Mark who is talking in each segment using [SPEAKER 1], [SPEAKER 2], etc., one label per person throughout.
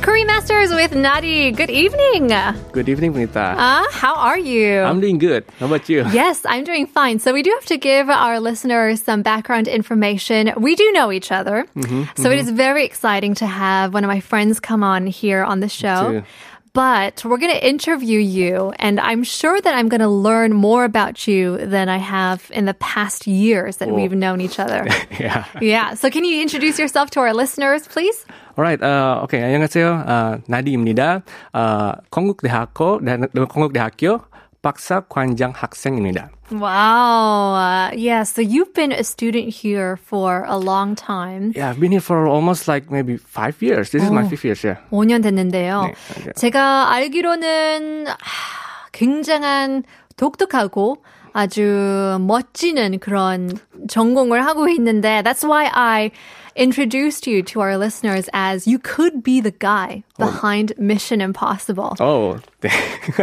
[SPEAKER 1] Curry Masters with Nadi. Good evening. Uh,
[SPEAKER 2] Good evening,
[SPEAKER 1] Ah.
[SPEAKER 2] Punita.
[SPEAKER 1] how are you?
[SPEAKER 2] I'm doing good. How about you?
[SPEAKER 1] yes, I'm doing fine. So we do have to give our listeners some background information. We do know each other.
[SPEAKER 2] Mm-hmm,
[SPEAKER 1] so it is very exciting to have one of my friends come on here on the show.
[SPEAKER 2] too.
[SPEAKER 1] But we're going to interview you, and I'm sure that I'm going to learn more about you than I have in the past years that we've known each other.
[SPEAKER 2] yeah.
[SPEAKER 1] yeah. So, can you introduce yourself to our listeners, please?
[SPEAKER 2] Alright, uh, okay. 안녕하세요. Uh, 나디입니다. Uh, 건국대학교, 나- 나- 건국대학교 박사관장 학생입니다.
[SPEAKER 1] Wow. Uh, yeah. So you've been a student here for a long time.
[SPEAKER 2] Yeah, I've been here for almost like maybe five years. This is my fifth year, yeah.
[SPEAKER 1] 5년 됐는데요.
[SPEAKER 2] 네, 맞아요.
[SPEAKER 1] 제가 알기로는 하, 굉장한 독특하고 아주 멋지는 그런 전공을 하고 있는데 that's why I introduced you to our listeners as you could be the guy behind Mission Impossible.
[SPEAKER 2] Oh,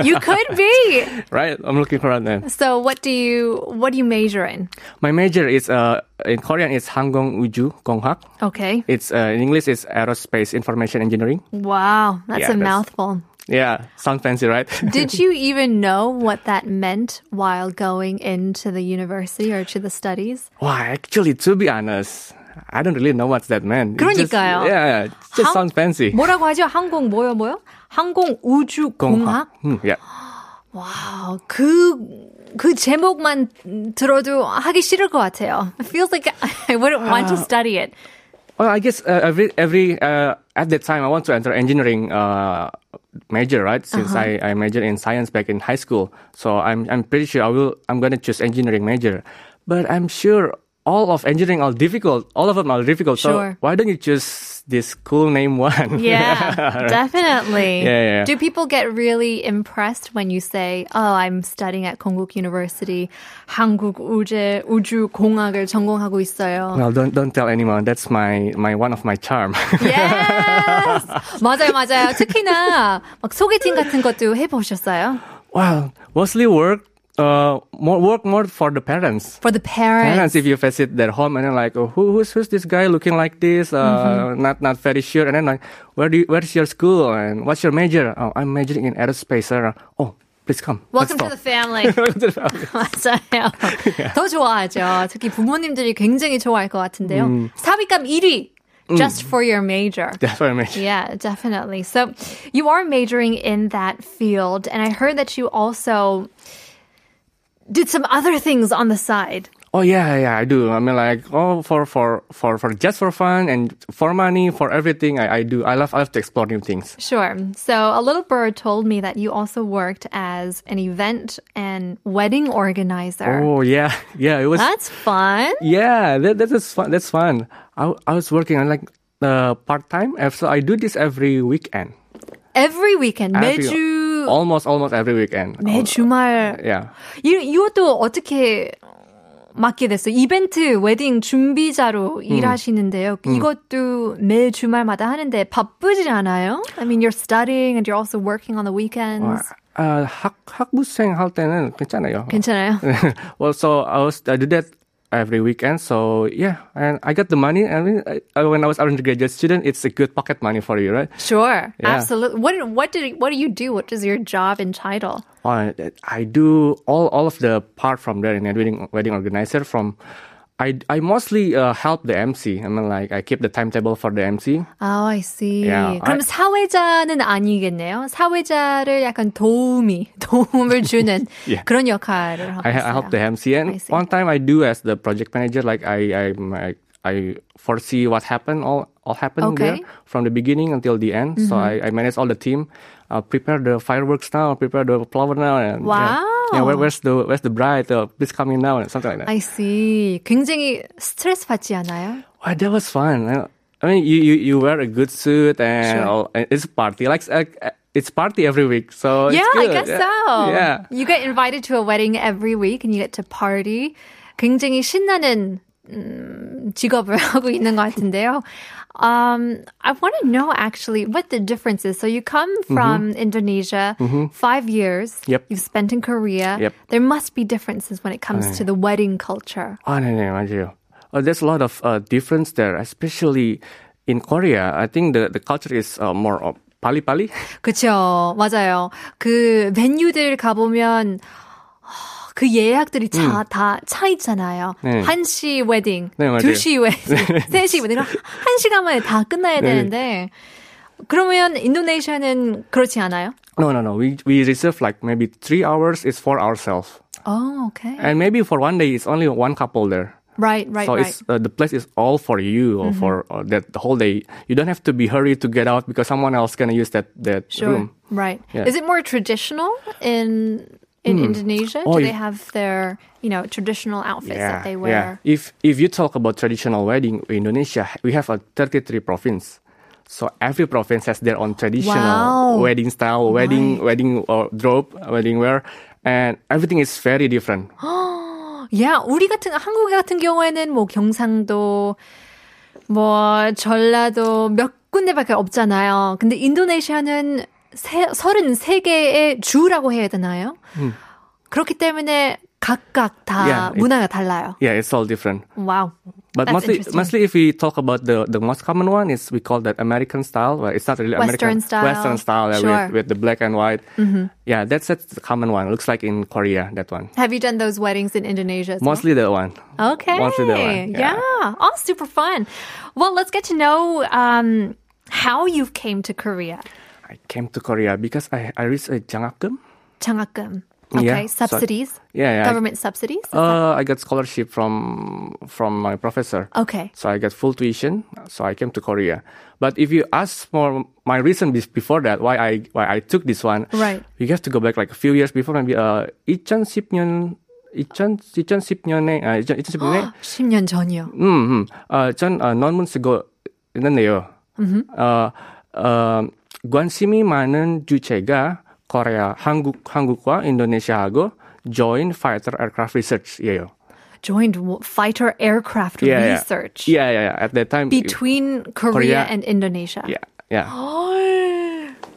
[SPEAKER 1] You could be.
[SPEAKER 2] right. I'm looking for that.
[SPEAKER 1] So what do you what do you major in?
[SPEAKER 2] My major is uh, in Korean, it's Hangong Uju Gonghak.
[SPEAKER 1] Okay.
[SPEAKER 2] It's uh, in English, it's Aerospace Information Engineering.
[SPEAKER 1] Wow, that's
[SPEAKER 2] Yeah,
[SPEAKER 1] a
[SPEAKER 2] that's-
[SPEAKER 1] mouthful.
[SPEAKER 2] Yeah, sound fancy, right?
[SPEAKER 1] Did you even know what that meant while going into the university or to the studies?
[SPEAKER 2] Wow, actually, to be honest, I don't really know what's that meant. It Just,
[SPEAKER 1] 그러니까요.
[SPEAKER 2] yeah, it just
[SPEAKER 1] 항-
[SPEAKER 2] sounds fancy.
[SPEAKER 1] 뭐라고 하죠? 항공 뭐요 뭐요? 항공 우주 공학?
[SPEAKER 2] Hmm, yeah.
[SPEAKER 1] 와우, 그, 그 제목만 들어도 하기 싫을 것 같아요. It feels like I wouldn't want to study it.
[SPEAKER 2] Well, I guess uh, every every uh, at that time I want to enter engineering uh, major, right? Since
[SPEAKER 1] Uh-huh.
[SPEAKER 2] I, I majored in science back in high school, so I'm I'm pretty sure I will I'm gonna choose engineering major, but I'm sure all of engineering are difficult. All of them are difficult.
[SPEAKER 1] Sure.
[SPEAKER 2] So why don't you choose this cool name one?
[SPEAKER 1] Yeah, definitely.
[SPEAKER 2] Yeah, yeah, yeah.
[SPEAKER 1] Do people get really impressed when you say, "Oh, I'm studying at Kongguk University, 한국 우주 우주 공학을 전공하고 있어요"?
[SPEAKER 2] Well, don't don't tell anyone. That's my my one of my charm.
[SPEAKER 1] Yes, 맞아요, 맞아요. 특히나 막 소개팅 같은 것도 해보셨어요?
[SPEAKER 2] Well, mostly work, uh, more work more for the parents.
[SPEAKER 1] For the
[SPEAKER 2] Parents,
[SPEAKER 1] parents.
[SPEAKER 2] if you visit their home and then like, oh, who, who's who's this guy looking like this? Uh,
[SPEAKER 1] Mm-hmm.
[SPEAKER 2] Not not very sure. And then like, where do you, where's your school and what's your major? Oh, I'm majoring in aerospace. Or, oh, please come. Let's
[SPEAKER 1] Welcome to
[SPEAKER 2] talk."
[SPEAKER 1] the family. 맞아요. 더 좋아하죠. 특히 부모님들이 굉장히 좋아할 것 같은데요. 사비감 1위. Just for your major.
[SPEAKER 2] That's what I meant.
[SPEAKER 1] Yeah, definitely. So you are majoring in that field, and I heard that you also did some other things on the side.
[SPEAKER 2] Oh yeah, yeah, I do. I mean, like, oh, for for for for just for fun and for money, for everything. I, I do. I love I love to explore new things.
[SPEAKER 1] Sure. So a little bird told me that you also worked as an event and wedding organizer.
[SPEAKER 2] Oh yeah, yeah. It was
[SPEAKER 1] That's fun.
[SPEAKER 2] Yeah, that, that is fun. That's fun. I, I was working on like uh, part time, so I do this every weekend.
[SPEAKER 1] Every weekend,
[SPEAKER 2] Every-
[SPEAKER 1] 매주
[SPEAKER 2] Almost, almost every weekend.
[SPEAKER 1] 매 주말
[SPEAKER 2] Yeah.
[SPEAKER 1] 이 이것도 어떻게 맡게 됐어요? 이벤트 웨딩 준비자로 일하시는데요. 이것도 매 주말마다 하는데 바쁘지 않아요? I mean, you're studying and you're also working on the weekends.
[SPEAKER 2] Uh, 학, 학부생 할 때는 괜찮아요.
[SPEAKER 1] 괜찮아요?
[SPEAKER 2] eh, well, so I was I do that every weekend. So yeah, and I got the money. I mean, I, I- when I was an undergraduate student, it's a good pocket money for you, right?
[SPEAKER 1] Sure,
[SPEAKER 2] Yeah.
[SPEAKER 1] absolutely. What what did what do you do? What does your job entitle?
[SPEAKER 2] Uh, I do all, all of the part from there in the wedding, wedding organizer from I, I mostly uh, help the MC. I mean, like I keep the timetable for the MC.
[SPEAKER 1] Oh, I see.
[SPEAKER 2] Yeah,
[SPEAKER 1] 그럼
[SPEAKER 2] I-
[SPEAKER 1] 사회자는 아니겠네요. 사회자를 약간 도움이 도움을 주는
[SPEAKER 2] Yeah.
[SPEAKER 1] 그런 역할을 하고
[SPEAKER 2] I,
[SPEAKER 1] 있어요.
[SPEAKER 2] I help the MC,
[SPEAKER 1] I
[SPEAKER 2] and
[SPEAKER 1] see.
[SPEAKER 2] one time I do as the project manager. Like I, I, I, I foresee what happened, all all happened
[SPEAKER 1] Okay. Mm-hmm.
[SPEAKER 2] there from the beginning until the end. So I, I manage all the team. Uh, prepare the fireworks now. Prepare the flower now. And yeah. Yeah, where,
[SPEAKER 1] Wow.
[SPEAKER 2] where's the where's the bride? Uh, please come in now, and something like that.
[SPEAKER 1] I see. 굉장히 스트레스 받지 않아요?
[SPEAKER 2] Wow, that was fun. I, I mean, you, you you wear a good suit, and
[SPEAKER 1] Sure.
[SPEAKER 2] all, and it's a party. Like uh, it's party every week, so
[SPEAKER 1] yeah,
[SPEAKER 2] it's
[SPEAKER 1] I
[SPEAKER 2] good.
[SPEAKER 1] guess
[SPEAKER 2] yeah.
[SPEAKER 1] so.
[SPEAKER 2] Yeah.
[SPEAKER 1] You get invited to a wedding every week and you get to party. 굉장히 신나는 음, 직업을 하고 있는 것 같은데요. Um, I want to know actually what the difference is. So you come from Indonesia, five years.
[SPEAKER 2] Mm-hmm. Yep.
[SPEAKER 1] You've spent in Korea.
[SPEAKER 2] Yep.
[SPEAKER 1] There must be differences when it comes to the wedding culture.
[SPEAKER 2] 아, 네네, 맞아요. Uh, there's a lot of uh, difference there, especially in Korea. I think the, the culture is uh, more of pali-pali.
[SPEAKER 1] 그쵸. 맞아요. 그 메뉴들 가보면 하, 그 예약들이 차, 다, 차 있잖아요.
[SPEAKER 2] 음. 네.
[SPEAKER 1] 한시 웨딩,
[SPEAKER 2] 네, 맞아요.
[SPEAKER 1] 2시 웨딩, 3시 웨딩. 한 시간 만에 다 끝나야
[SPEAKER 2] 네.
[SPEAKER 1] 되는데. 그러면 인도네시아는 그렇지 않아요?
[SPEAKER 2] No, no, no. We, we reserve like maybe three hours is for ourselves.
[SPEAKER 1] Oh, okay.
[SPEAKER 2] And maybe for one day, it's only one couple there.
[SPEAKER 1] Right, right,
[SPEAKER 2] 아, so
[SPEAKER 1] right. Mm-hmm.
[SPEAKER 2] it's uh, the place is all for you or for uh, that the whole day. You don't have to be hurried to get out because someone else gonna use that that
[SPEAKER 1] Sure.
[SPEAKER 2] room.
[SPEAKER 1] Right.
[SPEAKER 2] Yeah.
[SPEAKER 1] Is it more traditional in in Indonesia?
[SPEAKER 2] Oh,
[SPEAKER 1] Do they
[SPEAKER 2] you-
[SPEAKER 1] have their, you know, traditional outfits that they wear?
[SPEAKER 2] Yeah. If if you talk about traditional wedding in Indonesia, we have a 33 province. So every province has their own traditional
[SPEAKER 1] Wow.
[SPEAKER 2] wedding style, wedding wedding or robe, wedding wear, and everything is very different.
[SPEAKER 1] 야, 우리 같은 한국 같은 경우에는 뭐 경상도 뭐 전라도 몇 군데밖에 없잖아요. 근데 인도네시아는 세, 33개의 주라고 해야 되나요? 그렇기 때문에 각각 다
[SPEAKER 2] 음. Yeah, it-
[SPEAKER 1] 문화가 달라요.
[SPEAKER 2] Yeah, it's all different.
[SPEAKER 1] 와우.
[SPEAKER 2] But
[SPEAKER 1] That's
[SPEAKER 2] mostly,
[SPEAKER 1] interesting.
[SPEAKER 2] mostly if we talk about the, the most common one is we call that American style. Well, it's not really American
[SPEAKER 1] Western style.
[SPEAKER 2] Western style yeah,
[SPEAKER 1] Sure. Mm-hmm.
[SPEAKER 2] with, with the black and white. Yeah, that's that's the common one. Looks like in Korea that one.
[SPEAKER 1] Have you done those weddings in Indonesia? as well?
[SPEAKER 2] Mostly that one.
[SPEAKER 1] Okay.
[SPEAKER 2] Mostly that one.
[SPEAKER 1] Yeah. Oh, super fun. Well, let's get to know um, how you came to Korea.
[SPEAKER 2] I came to Korea because I I reached a Jangakum.
[SPEAKER 1] 장학금.
[SPEAKER 2] Yeah,
[SPEAKER 1] Okay.
[SPEAKER 2] so-
[SPEAKER 1] subsidies.
[SPEAKER 2] Yeah, yeah. I-
[SPEAKER 1] Government subsidies.
[SPEAKER 2] Uh, I got scholarship from from my professor.
[SPEAKER 1] Okay.
[SPEAKER 2] So I got full tuition. So I came to Korea. But if you ask for my reason be- before that, why I why I took this one,
[SPEAKER 1] Right.
[SPEAKER 2] You have to go back like a few years before maybe uh 2010년 2010년에 아 2010년에
[SPEAKER 1] 10년 전이요.
[SPEAKER 2] 음, 음. 어, 전 어, 논문쓰고 있는데요.
[SPEAKER 1] Mm-hmm.
[SPEAKER 2] 어, 어, 관심이 많은 주체가 코리아, 한국, 한국과 인도네시아하고 Joint Fighter Aircraft Research예요.
[SPEAKER 1] Joined wa- fighter aircraft
[SPEAKER 2] Yeah,
[SPEAKER 1] research
[SPEAKER 2] Yeah, yeah, yeah. At that time,
[SPEAKER 1] between Korea,
[SPEAKER 2] Korea-
[SPEAKER 1] and Indonesia.
[SPEAKER 2] yeah, yeah.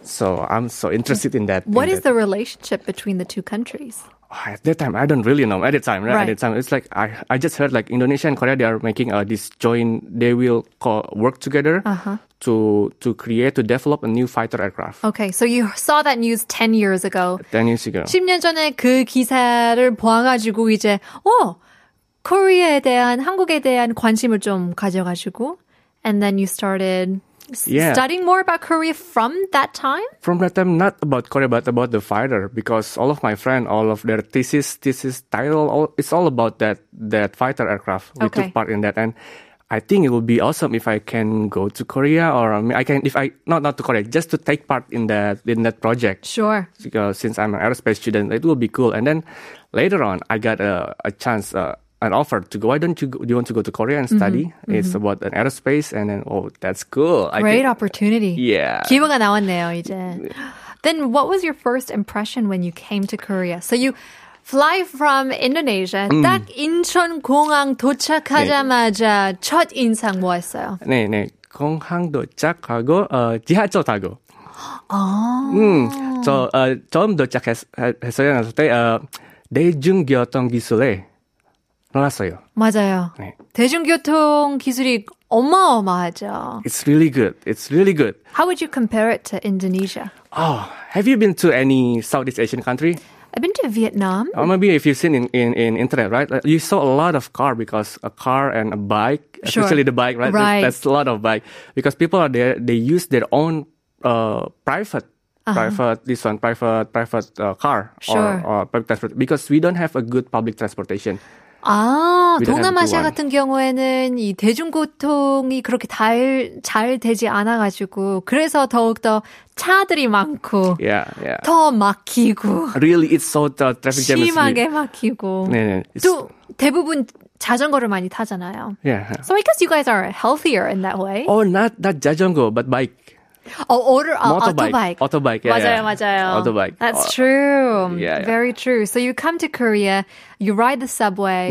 [SPEAKER 2] So I'm so interested in that.
[SPEAKER 1] What
[SPEAKER 2] in
[SPEAKER 1] is
[SPEAKER 2] that. Oh,
[SPEAKER 1] the relationship between the two countries?
[SPEAKER 2] At that time, I don't really know. At that time, right?
[SPEAKER 1] Right.
[SPEAKER 2] At that time, it's like I, I just heard like Indonesia and Korea they are making uh, this joint. They will co- work together
[SPEAKER 1] Uh-huh.
[SPEAKER 2] to to create to develop a new fighter aircraft.
[SPEAKER 1] Okay, so you saw that news 10 years ago.
[SPEAKER 2] Ten years ago.
[SPEAKER 1] 10년 전에 그 기사를 보아가지고 이제 어 코리아에 대한 한국에 대한 관심을 좀 가져가지고 and then you started s-
[SPEAKER 2] Yeah.
[SPEAKER 1] studying more about Korea from that time.
[SPEAKER 2] from that time not about Korea but about the fighter because all of my friend all of their thesis thesis title all, it's all about that that fighter aircraft we
[SPEAKER 1] Okay.
[SPEAKER 2] took part in that and I think it would be awesome if I can go to Korea or I, mean, I can if I not not to Korea just to take part in that in that project
[SPEAKER 1] Sure.
[SPEAKER 2] because since I'm an aerospace student it will be cool and then later on I got a, a chance uh, an offer to go why don't you go, do you want to go to Korea and study it's about an aerospace and then oh that's cool I
[SPEAKER 1] Great
[SPEAKER 2] think-
[SPEAKER 1] opportunity.
[SPEAKER 2] yeah
[SPEAKER 1] 기회가 나왔네요, 이제. Then what was your first impression when you came to Korea? So you fly from Indonesia. 딱 인천 공항 도착하자마자 첫 인상 뭐였어요?
[SPEAKER 2] 네, 네. 공항 도착하고 어, 지하철 타고. 음, 저 어, 처음 도착했어요. 했을 때 어, 대중교통 기술에 놀랐어요.
[SPEAKER 1] 맞아요.
[SPEAKER 2] 네.
[SPEAKER 1] 대중교통 기술이 어마어마하죠.
[SPEAKER 2] It's really good. It's really good.
[SPEAKER 1] How would you compare it to Indonesia?
[SPEAKER 2] Oh, have you been to any Southeast Asian country?
[SPEAKER 1] I've been to Vietnam.
[SPEAKER 2] Or maybe if you've seen in, in, in internet, right? Like, You saw a lot of car because a car and a bike,
[SPEAKER 1] Sure.
[SPEAKER 2] especially the bike, right?
[SPEAKER 1] Right.
[SPEAKER 2] That's a lot of bike because people are there. They use their own uh, private, private this one, private private uh, car
[SPEAKER 1] Uh-huh. Sure.
[SPEAKER 2] or, or public transport because we don't have a good public transportation.
[SPEAKER 1] 아,
[SPEAKER 2] We don't have
[SPEAKER 1] 동남아시아
[SPEAKER 2] one.
[SPEAKER 1] 같은 경우에는 이 대중교통이 그렇게 잘, 잘 되지 않아가지고, 그래서 더욱더 차들이 많고,
[SPEAKER 2] Yeah, yeah.
[SPEAKER 1] 더 막히고,
[SPEAKER 2] Really, it's so uh, traffic jam. is really-
[SPEAKER 1] 심하게 막히고.
[SPEAKER 2] 네, 네. It's-
[SPEAKER 1] 또 대부분 자전거를 많이 타잖아요.
[SPEAKER 2] yeah.
[SPEAKER 1] So I guess you guys are healthier in that way.
[SPEAKER 2] Oh, not not jajango, but bike.
[SPEAKER 1] 어, or, 아,
[SPEAKER 2] Motorbike.
[SPEAKER 1] 오토바이크. 어.
[SPEAKER 2] Autobike. Yeah,
[SPEAKER 1] 맞아요,
[SPEAKER 2] yeah.
[SPEAKER 1] 맞아요.
[SPEAKER 2] Autobike.
[SPEAKER 1] That's
[SPEAKER 2] Oh,
[SPEAKER 1] true.
[SPEAKER 2] yeah, yeah.
[SPEAKER 1] Very true. So you come to Korea, you ride the subway,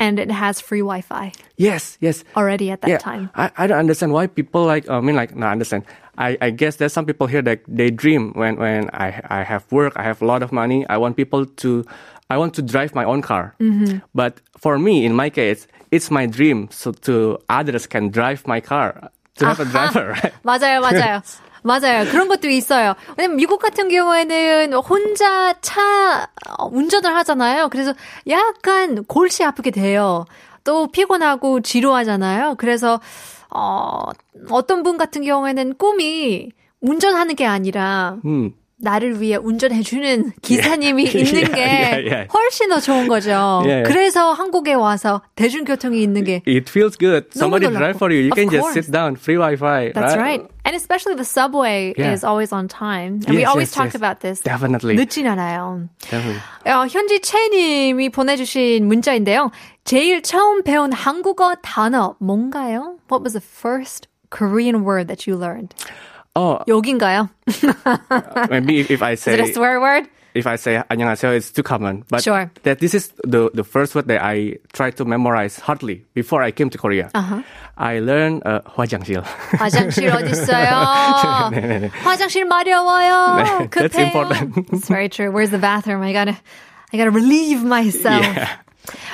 [SPEAKER 1] and it has free Wi-Fi
[SPEAKER 2] Yes, yes.
[SPEAKER 1] already at that time.
[SPEAKER 2] I, I don't understand why people like, I mean, like, no, I understand. I, I guess there's some people here that they dream when, when I, I have work, I have a lot of money, I want people to, I want to drive my own car.
[SPEAKER 1] Mm-hmm.
[SPEAKER 2] But for me, in my case, it's my dream so to others can drive my car, to have a driver, right?
[SPEAKER 1] 맞아요, 맞아요. 맞아요. 그런 것도 있어요. 왜냐면 미국 같은 경우에는 혼자 차 어, 운전을 하잖아요. 그래서 약간 골치 아프게 돼요. 또 피곤하고 지루하잖아요. 그래서 어, 어떤 분 같은 경우에는 꿈이 운전하는 게 아니라
[SPEAKER 2] Hmm.
[SPEAKER 1] 나를 위해 운전해주는 기사님이 있는 게
[SPEAKER 2] 예, 예, 예.
[SPEAKER 1] 훨씬 더 좋은 거죠.
[SPEAKER 2] 예, 예.
[SPEAKER 1] 그래서 한국에 와서 대중교통이 있는 게
[SPEAKER 2] It feels good.
[SPEAKER 1] 너무
[SPEAKER 2] Somebody
[SPEAKER 1] 놀랍고.
[SPEAKER 2] drive for you. You
[SPEAKER 1] Of
[SPEAKER 2] can
[SPEAKER 1] course.
[SPEAKER 2] just sit down, free Wi-Fi.
[SPEAKER 1] That's right. And especially the subway
[SPEAKER 2] Yeah.
[SPEAKER 1] is always on time. And we
[SPEAKER 2] Yes,
[SPEAKER 1] always
[SPEAKER 2] yes,
[SPEAKER 1] talked
[SPEAKER 2] yes.
[SPEAKER 1] about this.
[SPEAKER 2] Definitely.
[SPEAKER 1] 늦진 않아요.
[SPEAKER 2] Definitely.
[SPEAKER 1] 어, 현지 채님이 보내주신 문자인데요. 제일 처음 배운 한국어 단어 뭔가요? What was the first Korean word that you learned?
[SPEAKER 2] Oh,
[SPEAKER 1] 여긴가요?
[SPEAKER 2] maybe if, if I
[SPEAKER 1] Is
[SPEAKER 2] say
[SPEAKER 1] it a swear word?
[SPEAKER 2] if I say 안녕하세요, it's too common. But
[SPEAKER 1] Sure.
[SPEAKER 2] that this is the, the first word that I tried to memorize hardly before I came to Korea. I learned uh, 화장실.
[SPEAKER 1] Oh. 화장실 어딨어요? 화장실 마려워요.
[SPEAKER 2] 네, that's
[SPEAKER 1] 급해요.
[SPEAKER 2] important.
[SPEAKER 1] It's very true. Where's the bathroom? I gotta, I gotta relieve myself.
[SPEAKER 2] yeah.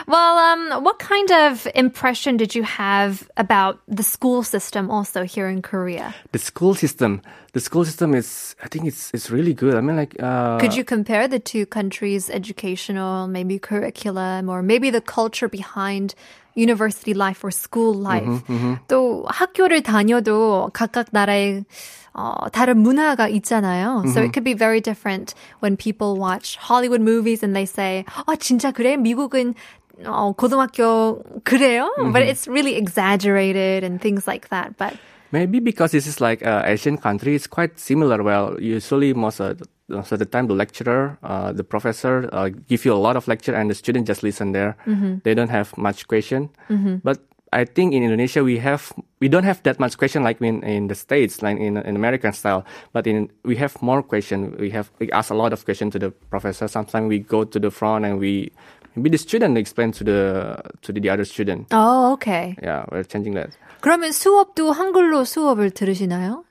[SPEAKER 1] Well, um, what kind of impression did you have about the school system also here in Korea?
[SPEAKER 2] The school system. The school system is, I think it's it's really good. I mean, like, uh,
[SPEAKER 1] Could you compare the two countries' educational, maybe curriculum, or maybe the culture behind university life or school life? 또 학교를 다녀도 각각 나라의 어, 다른 문화가 있잖아요. So it could be very different when people watch Hollywood movies and they say, "아 진짜 그래? 미국은 어, 고등학교 그래요?" But it's really exaggerated and things like that. But
[SPEAKER 2] maybe because this is like uh, Asian country, it's quite similar. Well, usually most of the, most of the time, the lecturer, uh, the professor, uh, give you a lot of lecture, and the student just listen there. They don't have much question. But I think in Indonesia we have we don't have that much question like in in the states, like in in American style. But in we have more question. We have we ask a lot of question to the professor. Sometimes we go to the front and we. Maybe the student explain to the to the, the other student.
[SPEAKER 1] oh, okay.
[SPEAKER 2] Yeah, we're changing that.
[SPEAKER 1] 그러면 수업도 한글로 수업을 들으시나요?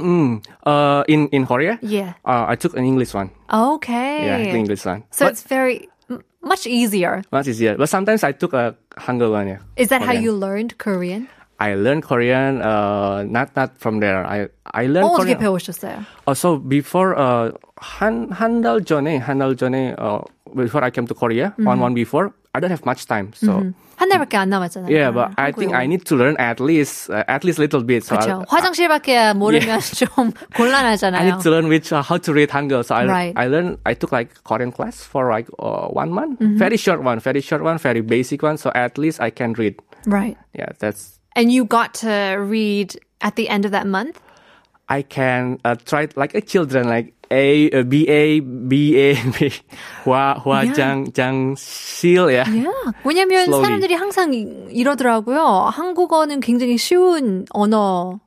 [SPEAKER 2] Mm, uh, in in Korea,
[SPEAKER 1] Yeah.
[SPEAKER 2] Uh, I took an English one.
[SPEAKER 1] Okay.
[SPEAKER 2] Yeah, I took English one.
[SPEAKER 1] So
[SPEAKER 2] but
[SPEAKER 1] it's very m- much easier.
[SPEAKER 2] much easier. But sometimes I took a Hangul one. Yeah.
[SPEAKER 1] Is that how
[SPEAKER 2] Korean.
[SPEAKER 1] you learned Korean?
[SPEAKER 2] I learned Korean. Uh, not not from there. I I
[SPEAKER 1] 어,
[SPEAKER 2] learned
[SPEAKER 1] 어떻게
[SPEAKER 2] Korean.
[SPEAKER 1] 배우셨어요?
[SPEAKER 2] Uh, so before uh, 한 한달 전에 한달 전에 uh, before I came to Korea, one one before, I don't have much time. So.
[SPEAKER 1] 한 달밖에 안 남았잖아요.
[SPEAKER 2] Yeah, but
[SPEAKER 1] Ah.
[SPEAKER 2] I think I need to learn at least uh, at least little bit. So
[SPEAKER 1] 그렇죠.
[SPEAKER 2] I,
[SPEAKER 1] 화장실밖에 모르면 좀
[SPEAKER 2] I
[SPEAKER 1] 곤란하잖아요.
[SPEAKER 2] need to learn which uh, how to read Hangul. So I
[SPEAKER 1] Right.
[SPEAKER 2] I learned I took like Korean class for like uh, one month,
[SPEAKER 1] Mm-hmm.
[SPEAKER 2] very short one, very short one, very basic one. So at least I can read.
[SPEAKER 1] Right.
[SPEAKER 2] Yeah, that's
[SPEAKER 1] And you got to read at the end of that month?
[SPEAKER 2] I can uh, try it like a children like A uh, B A B A B Hua Hua
[SPEAKER 1] Yeah.
[SPEAKER 2] Jang Jang Seal. Yeah.
[SPEAKER 1] Yeah. 왜냐면
[SPEAKER 2] Slowly.
[SPEAKER 1] 사람들이 항상 이- 이러더라고요. 한국어는 굉장히 쉬운 언어.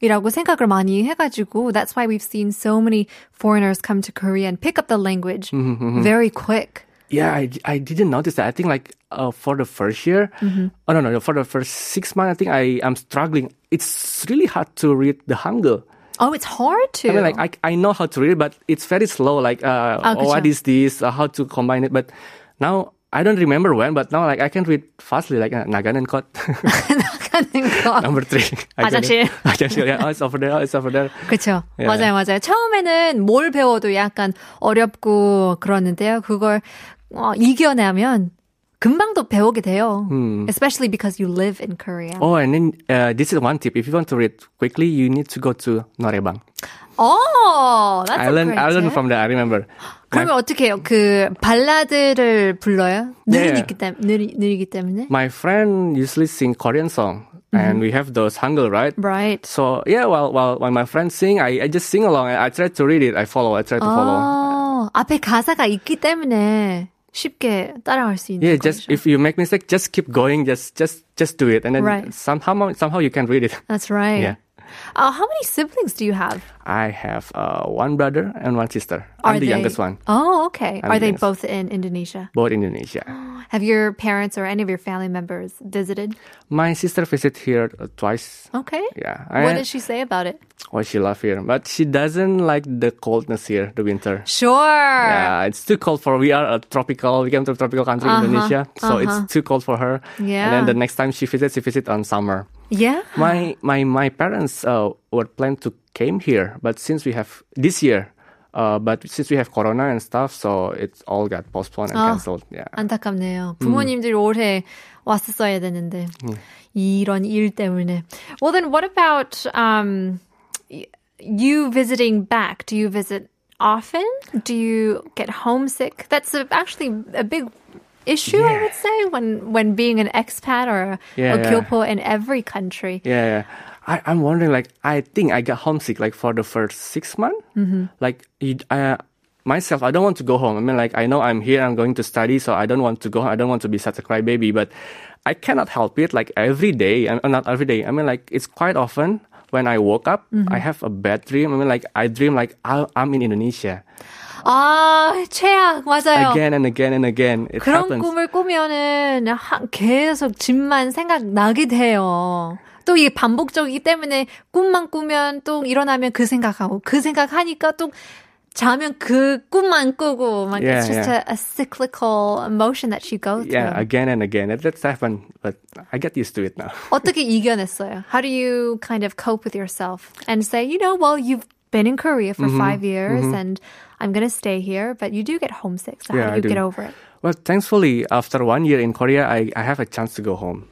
[SPEAKER 1] 이라고 생각을 많이 해가지고 that's why we've seen so many foreigners come to Korea and pick up the language
[SPEAKER 2] Mm-hmm,
[SPEAKER 1] very quick.
[SPEAKER 2] Yeah, I, I didn't notice that. I think like uh, for the first year,
[SPEAKER 1] Mm-hmm.
[SPEAKER 2] oh no, no, no, for the first six months, I think I am struggling. It's really hard to read the Hangul.
[SPEAKER 1] Oh, it's hard to.
[SPEAKER 2] I mean, like I, I know how to read, but it's very slow. Like, uh,
[SPEAKER 1] Ah,
[SPEAKER 2] oh, what
[SPEAKER 1] 그쵸.
[SPEAKER 2] is this? Uh, how to combine it? But now I don't remember when, but now like I can read fastly, like uh, Naganan Kot
[SPEAKER 1] 하는 거.
[SPEAKER 2] number three. I got
[SPEAKER 1] 화장실.
[SPEAKER 2] it. 화장실. Yeah, oh, it's over there. Oh, it's over there.
[SPEAKER 1] 그렇죠.
[SPEAKER 2] 예.
[SPEAKER 1] 맞아요, 맞아요. 처음에는 뭘 배워도 약간 어렵고 그러는데요. 그걸 어, 이겨내면 금방 또 배우게 돼요.
[SPEAKER 2] 음.
[SPEAKER 1] Especially because you live in Korea.
[SPEAKER 2] Oh, and then uh, this is one tip. If you want to read quickly, you need to go to Norebang.
[SPEAKER 1] Oh, that's
[SPEAKER 2] I
[SPEAKER 1] a
[SPEAKER 2] learned.
[SPEAKER 1] great
[SPEAKER 2] I learned
[SPEAKER 1] tip.
[SPEAKER 2] from 네. there. I remember. My,
[SPEAKER 1] 그러면 어떻게 해요? 그 발라드를 불러요?
[SPEAKER 2] 네.
[SPEAKER 1] 느리기 때문에 느리, 느리기 때문에.
[SPEAKER 2] my friend usually sing Korean song, and we have those Hangul, right?
[SPEAKER 1] Mm-hmm. Right.
[SPEAKER 2] So yeah, while while when my friends sing, I, I just sing along. I, I try to read it. I follow. I try to
[SPEAKER 1] Oh,
[SPEAKER 2] follow.
[SPEAKER 1] 어, 앞에 가사가 있기 때문에 쉽게 따라할 수 있는
[SPEAKER 2] Yeah,
[SPEAKER 1] 거죠.
[SPEAKER 2] just if you make mistake, just keep going, just just just do it, and then
[SPEAKER 1] Right.
[SPEAKER 2] somehow somehow you can read it.
[SPEAKER 1] That's right.
[SPEAKER 2] Yeah.
[SPEAKER 1] Uh, how many siblings do you have?
[SPEAKER 2] I have uh, one brother and one sister. I'm the
[SPEAKER 1] they-
[SPEAKER 2] youngest one.
[SPEAKER 1] Oh, okay.
[SPEAKER 2] I'm
[SPEAKER 1] Are
[SPEAKER 2] the
[SPEAKER 1] they
[SPEAKER 2] youngest.
[SPEAKER 1] both in Indonesia?
[SPEAKER 2] Both Indonesia.
[SPEAKER 1] Have your parents or any of your family members visited?
[SPEAKER 2] My sister visited here uh, twice.
[SPEAKER 1] Okay.
[SPEAKER 2] Yeah.
[SPEAKER 1] What
[SPEAKER 2] I-
[SPEAKER 1] did she say about it?
[SPEAKER 2] Well, she love here, but she doesn't like the coldness here, the winter.
[SPEAKER 1] Sure.
[SPEAKER 2] Yeah, it's too cold for. We are a tropical. We came to a tropical country, Indonesia, so it's too cold for her. And
[SPEAKER 1] Uh-huh, Yeah.
[SPEAKER 2] then the next time she visits, she visits on summer.
[SPEAKER 1] Yeah.
[SPEAKER 2] My my my parents uh, were planned to came here, but since we have this year, uh, but since we have Corona and stuff, so it's all got postponed and cancelled. Yeah.
[SPEAKER 1] 안타깝네요. 부모님들이 올해 왔었어야 되는데 이런 일 때문에. Well, then what about um, y- you visiting back? Do you visit often? Do you get homesick? That's a, actually a big issue, I would say, when when being an expat or
[SPEAKER 2] Yeah,
[SPEAKER 1] a
[SPEAKER 2] yeah.
[SPEAKER 1] Kyopo in every country.
[SPEAKER 2] Yeah, yeah. I, I'm wondering, like, I think I got homesick, like, for the first six months. Mm-hmm. Like, you, I, myself, I don't want to go home. I mean, like, I know I'm here, I'm going to study, so I don't want to go home. I don't want to be such a crybaby, but I cannot help it. Like, every day, and uh, not every day, I mean, like, it's quite often when I woke up, I have a bad dream. I mean, like, I dream, like, I, I'm in Indonesia
[SPEAKER 1] 아 최악 맞아요.
[SPEAKER 2] again and again and again. It
[SPEAKER 1] 그런
[SPEAKER 2] happens.
[SPEAKER 1] 꿈을 꾸면은 하- 계속 집만 생각나게 돼요. 또 이게 반복적이기 때문에 꿈만 꾸면 또 일어나면 그 생각하고 그 생각하니까 또 자면 그 꿈만 꾸고 막
[SPEAKER 2] Yeah,
[SPEAKER 1] it's just
[SPEAKER 2] yeah.
[SPEAKER 1] A, a cyclical emotion that you go through.
[SPEAKER 2] Yeah, again and again. That, that's happened, but I get used to it now.
[SPEAKER 1] 어떻게 이겨냈어요? How do you kind of cope with yourself and say, you know, well, you've been in Korea
[SPEAKER 2] Mm-hmm,
[SPEAKER 1] for five years and I'm gonna stay here, but you do get homesick. So how
[SPEAKER 2] Yeah, I
[SPEAKER 1] do you
[SPEAKER 2] do.
[SPEAKER 1] get over it?
[SPEAKER 2] Well, thankfully, after one year in Korea, I, I have a chance to go home.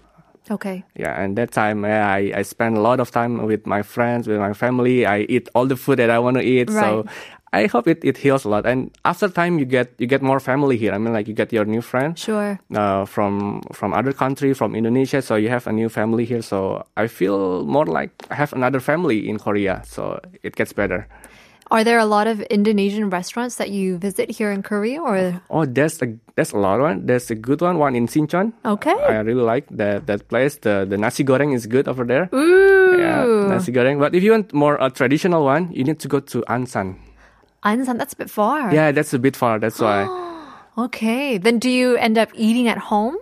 [SPEAKER 1] Okay.
[SPEAKER 2] Yeah, and that time eh, I, I spend a lot of time with my friends, with my family. I eat all the food that I want to eat. So
[SPEAKER 1] Right.
[SPEAKER 2] I hope it, it heals a lot. And after time, you get you get more family here. I mean, like you get your new friends
[SPEAKER 1] Sure.
[SPEAKER 2] uh, from from other country, from Indonesia. So you have a new family here. So I feel more like I have another family in Korea. So it gets better.
[SPEAKER 1] Are there a lot of Indonesian restaurants that you visit here in Korea or
[SPEAKER 2] Oh, there's a there's a lot one. There's a good one. One in Sinchon.
[SPEAKER 1] Okay.
[SPEAKER 2] I really like that that place. The the nasi goreng is good over there.
[SPEAKER 1] Ooh.
[SPEAKER 2] Yeah, nasi goreng. But if you want more a traditional one, you need to go to Ansan.
[SPEAKER 1] Ansan, that's a bit far.
[SPEAKER 2] Yeah, that's a bit far. That's why
[SPEAKER 1] Okay. Then do you end up eating at home?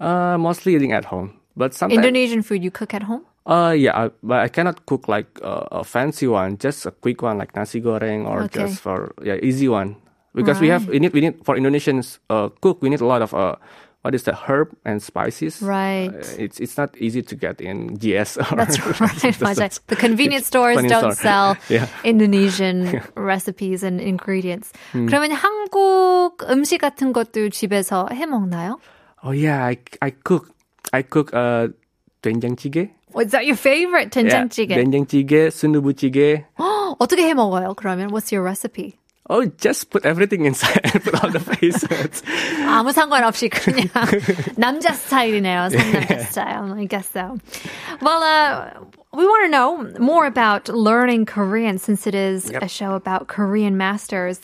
[SPEAKER 2] uh, mostly eating at home. But sometimes,
[SPEAKER 1] Indonesian food you cook at home?
[SPEAKER 2] uh, yeah, I, but I cannot cook like uh, a fancy one. Just a quick one like nasi goreng or
[SPEAKER 1] Okay.
[SPEAKER 2] just for yeah easy one. Because we have we need we need for Indonesians uh, cook we need a lot of uh, what is the herb and spices.
[SPEAKER 1] Right.
[SPEAKER 2] Uh, it's it's not easy to get in GS. Or
[SPEAKER 1] That's right, 맞아요. The convenience stores don't
[SPEAKER 2] convenience
[SPEAKER 1] sell
[SPEAKER 2] store. Yeah.
[SPEAKER 1] Indonesian recipes and ingredients.
[SPEAKER 2] Hmm.
[SPEAKER 1] 그러면 한국 음식 같은 것도 집에서 해 먹나요?
[SPEAKER 2] Oh yeah, I, I cook I cook uh 된장 찌개.
[SPEAKER 1] What's that your favorite 된장찌개?
[SPEAKER 2] 된장 찌개, 순두부 찌개.
[SPEAKER 1] 어떻게 해 먹어요? 그러면 what's your recipe?
[SPEAKER 2] Oh, just put everything inside and put all the flavors.
[SPEAKER 1] 아무 상관없이 그냥 남자 스타일이네요. 상남자 스타일. I guess so. Well, uh, we want to know more about learning Korean since it is a show about Korean masters.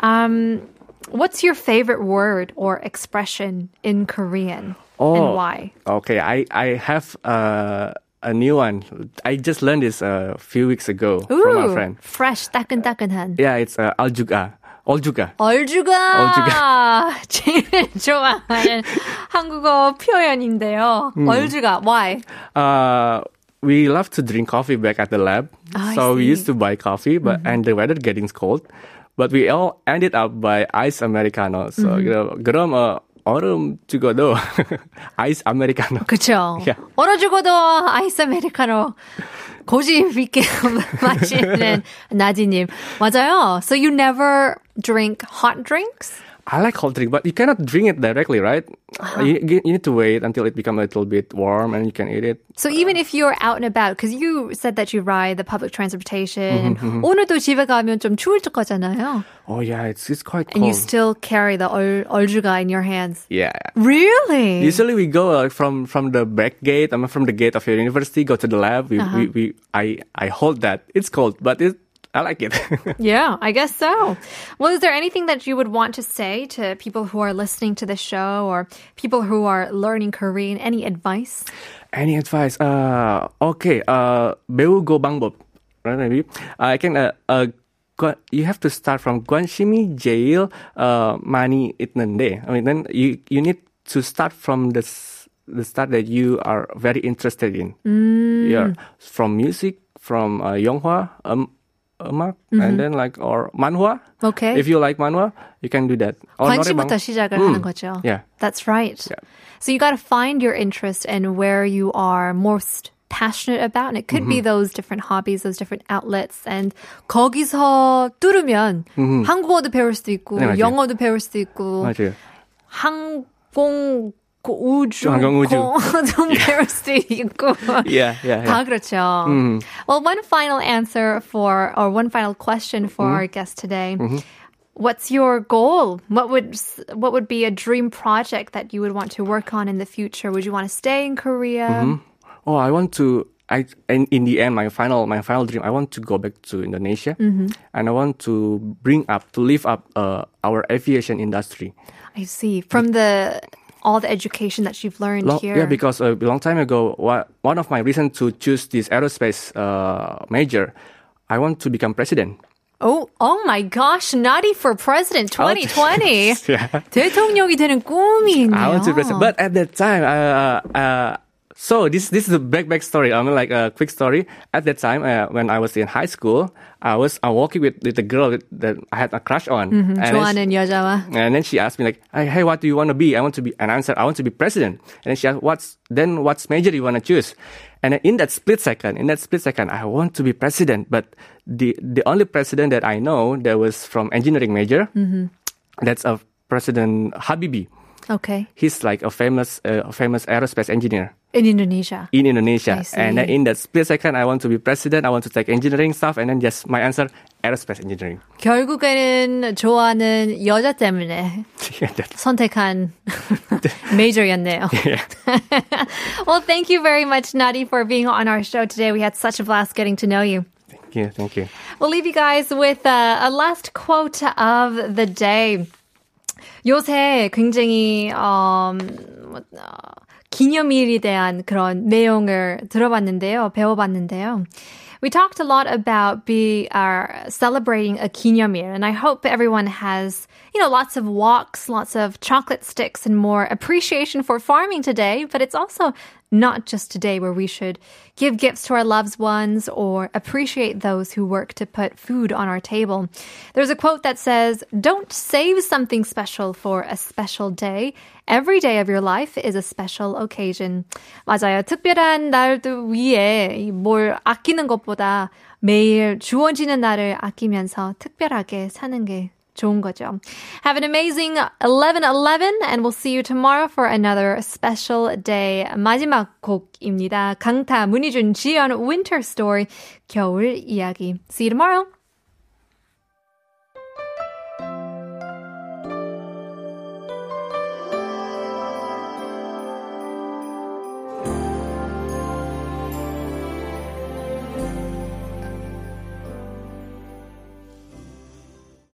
[SPEAKER 1] Um, what's your favorite word or expression in Korean
[SPEAKER 2] Oh,
[SPEAKER 1] and why?
[SPEAKER 2] Okay, I I have uh, a new one. I just learned this a few weeks ago from a friend.
[SPEAKER 1] fresh, 따끈따끈한.
[SPEAKER 2] Yeah, it's uh, aljuga. Aljuga.
[SPEAKER 1] 얼주가 제일 좋아하는 한국어 표현인데요. 얼주가 why?
[SPEAKER 2] Uh, we love to drink coffee back at the lab.
[SPEAKER 1] Ah, I
[SPEAKER 2] so
[SPEAKER 1] see.
[SPEAKER 2] we
[SPEAKER 1] Mm-hmm.
[SPEAKER 2] used to buy coffee, but and the weather getting cold, but we all ended up by ice americano. So you
[SPEAKER 1] Mm-hmm.
[SPEAKER 2] know, 그럼 어, 얼음 죽어도 ice americano.
[SPEAKER 1] 그쵸.
[SPEAKER 2] Yeah.
[SPEAKER 1] 얼어 죽어도 아이스 아메리카노 고집 있게 마시는 나지님. 맞아요. So you never drink hot drinks?
[SPEAKER 2] I like hot drink, but you cannot drink it directly, right?
[SPEAKER 1] Uh-huh.
[SPEAKER 2] You, you you need to wait until it become a little bit warm and you can eat it.
[SPEAKER 1] So even if you're out and about, because you said that you ride the public transportation, 오늘도 집에 가면 좀 추울 거잖아요.
[SPEAKER 2] Oh yeah, it's it's quite
[SPEAKER 1] And
[SPEAKER 2] cold.
[SPEAKER 1] you still carry the 얼, 얼주가 in your hands.
[SPEAKER 2] yeah.
[SPEAKER 1] Really?
[SPEAKER 2] Usually we go uh, from from the back gate, I mean from the gate of your university, go to the lab. We, we, we I I hold that. It's cold, but it I like it.
[SPEAKER 1] Yeah, I guess so. Well, is there anything that you would want to say to people who are listening to the show or people who are learning Korean? Any advice?
[SPEAKER 2] Any advice? Uh, okay. Uh, 배우고 방법. Right, maybe. I can. Uh, uh, 관- you have to start from 관심이 제일 uh, 많이 있는데. I mean, then you you need to start from the s- the start that you are very interested in. Yeah, from music, from uh, 영화, um, 음악, and then like or manhwa.
[SPEAKER 1] Okay.
[SPEAKER 2] If you like manhwa, you can do that. Or
[SPEAKER 1] 관심부터
[SPEAKER 2] 노래방.
[SPEAKER 1] 시작을 하는 거죠.
[SPEAKER 2] Yeah.
[SPEAKER 1] That's right. So you got to find your interest and where you are most passionate about. And it could be
[SPEAKER 2] Mm-hmm.
[SPEAKER 1] those different hobbies, those different outlets. And 거기서 뚫으면 한국어도 배울 수도 있고,
[SPEAKER 2] Mm-hmm. 네, 맞아요.
[SPEAKER 1] 영어도 배울 수도 있고,
[SPEAKER 2] 맞아요.
[SPEAKER 1] 항공 고- 우주
[SPEAKER 2] 항공 우주.
[SPEAKER 1] 공도 배울 수도 있고.
[SPEAKER 2] Yeah, yeah, yeah.
[SPEAKER 1] 다 그렇죠. Well, one final answer for, or one final question for our guest today. What's your goal? What would s- what would be a dream project that you would want to work on in the future? Would you want to stay in Korea?
[SPEAKER 2] Oh, I want to. I and in the end, my final my final dream. I want to go back to Indonesia, and I want to bring up to lift up uh, our aviation industry.
[SPEAKER 1] I see. From the all the education that you've learned
[SPEAKER 2] Lo-
[SPEAKER 1] here.
[SPEAKER 2] Yeah, because a long time ago, wha- one of my reasons to choose this aerospace uh, major, I want to become president.
[SPEAKER 1] oh, oh my gosh, Naughty for President 2020.
[SPEAKER 2] Yeah.
[SPEAKER 1] 대통령이 되는 꿈이 있네요.
[SPEAKER 2] I want to present, but at that time, uh, uh, so this this is a back back story. I mean, like a quick story. At that time, uh, when I was in high school, I was uh, walking with with a girl that- that I had a crush on, and then she-
[SPEAKER 1] 좋아하는 여자와
[SPEAKER 2] And then she asked me like, "Hey, hey, what do you want to be?" I want to be, and I answered, "I want to be president." And then she asked, "What's then? What's major you want to choose?" And then in that split second, in that split second, I want to be president. But the the only president that I know that was from engineering major,
[SPEAKER 1] Mm-hmm.
[SPEAKER 2] that's a president Habibi.
[SPEAKER 1] Okay.
[SPEAKER 2] He's like a famous uh, famous aerospace engineer
[SPEAKER 1] In Indonesia.
[SPEAKER 2] in
[SPEAKER 1] I
[SPEAKER 2] Indonesia.
[SPEAKER 1] see.
[SPEAKER 2] And then in that split second, I want to be president. I want to take engineering stuff. And then yes, my answer, aerospace engineering.
[SPEAKER 1] 결국에는 좋아하는 여자 때문에
[SPEAKER 2] That's-
[SPEAKER 1] 선택한 메이저였네요. well, thank you very much, Nadi, for being on our show today. We had such a blast getting to know you.
[SPEAKER 2] yeah, thank you.
[SPEAKER 1] We'll leave you guys with uh, a last quote of the day. 요새 굉장히 um, 기념일에 대한 그런 내용을 들어봤는데요, 배워봤는데요. We talked a lot about be our celebrating a 기념일, and I hope everyone has you know lots of walks, lots of chocolate sticks, and more appreciation for farming today. But it's also not just today where we should give gifts to our loved ones or appreciate those who work to put food on our table. There's a quote that says, Don't save something special for a special day. Every day of your life is a special occasion. 맞아요. 특별한 날도 위해 이뭘 아끼는 것보다 매일 주어지는 날을 아끼면서 특별하게 사는 게 좋은 거죠. Have an amazing 11-11 and we'll see you tomorrow for another special day. 마지막 곡입니다. 강타, 문희준, 지연, Winter Story, 겨울 이야기. See you tomorrow.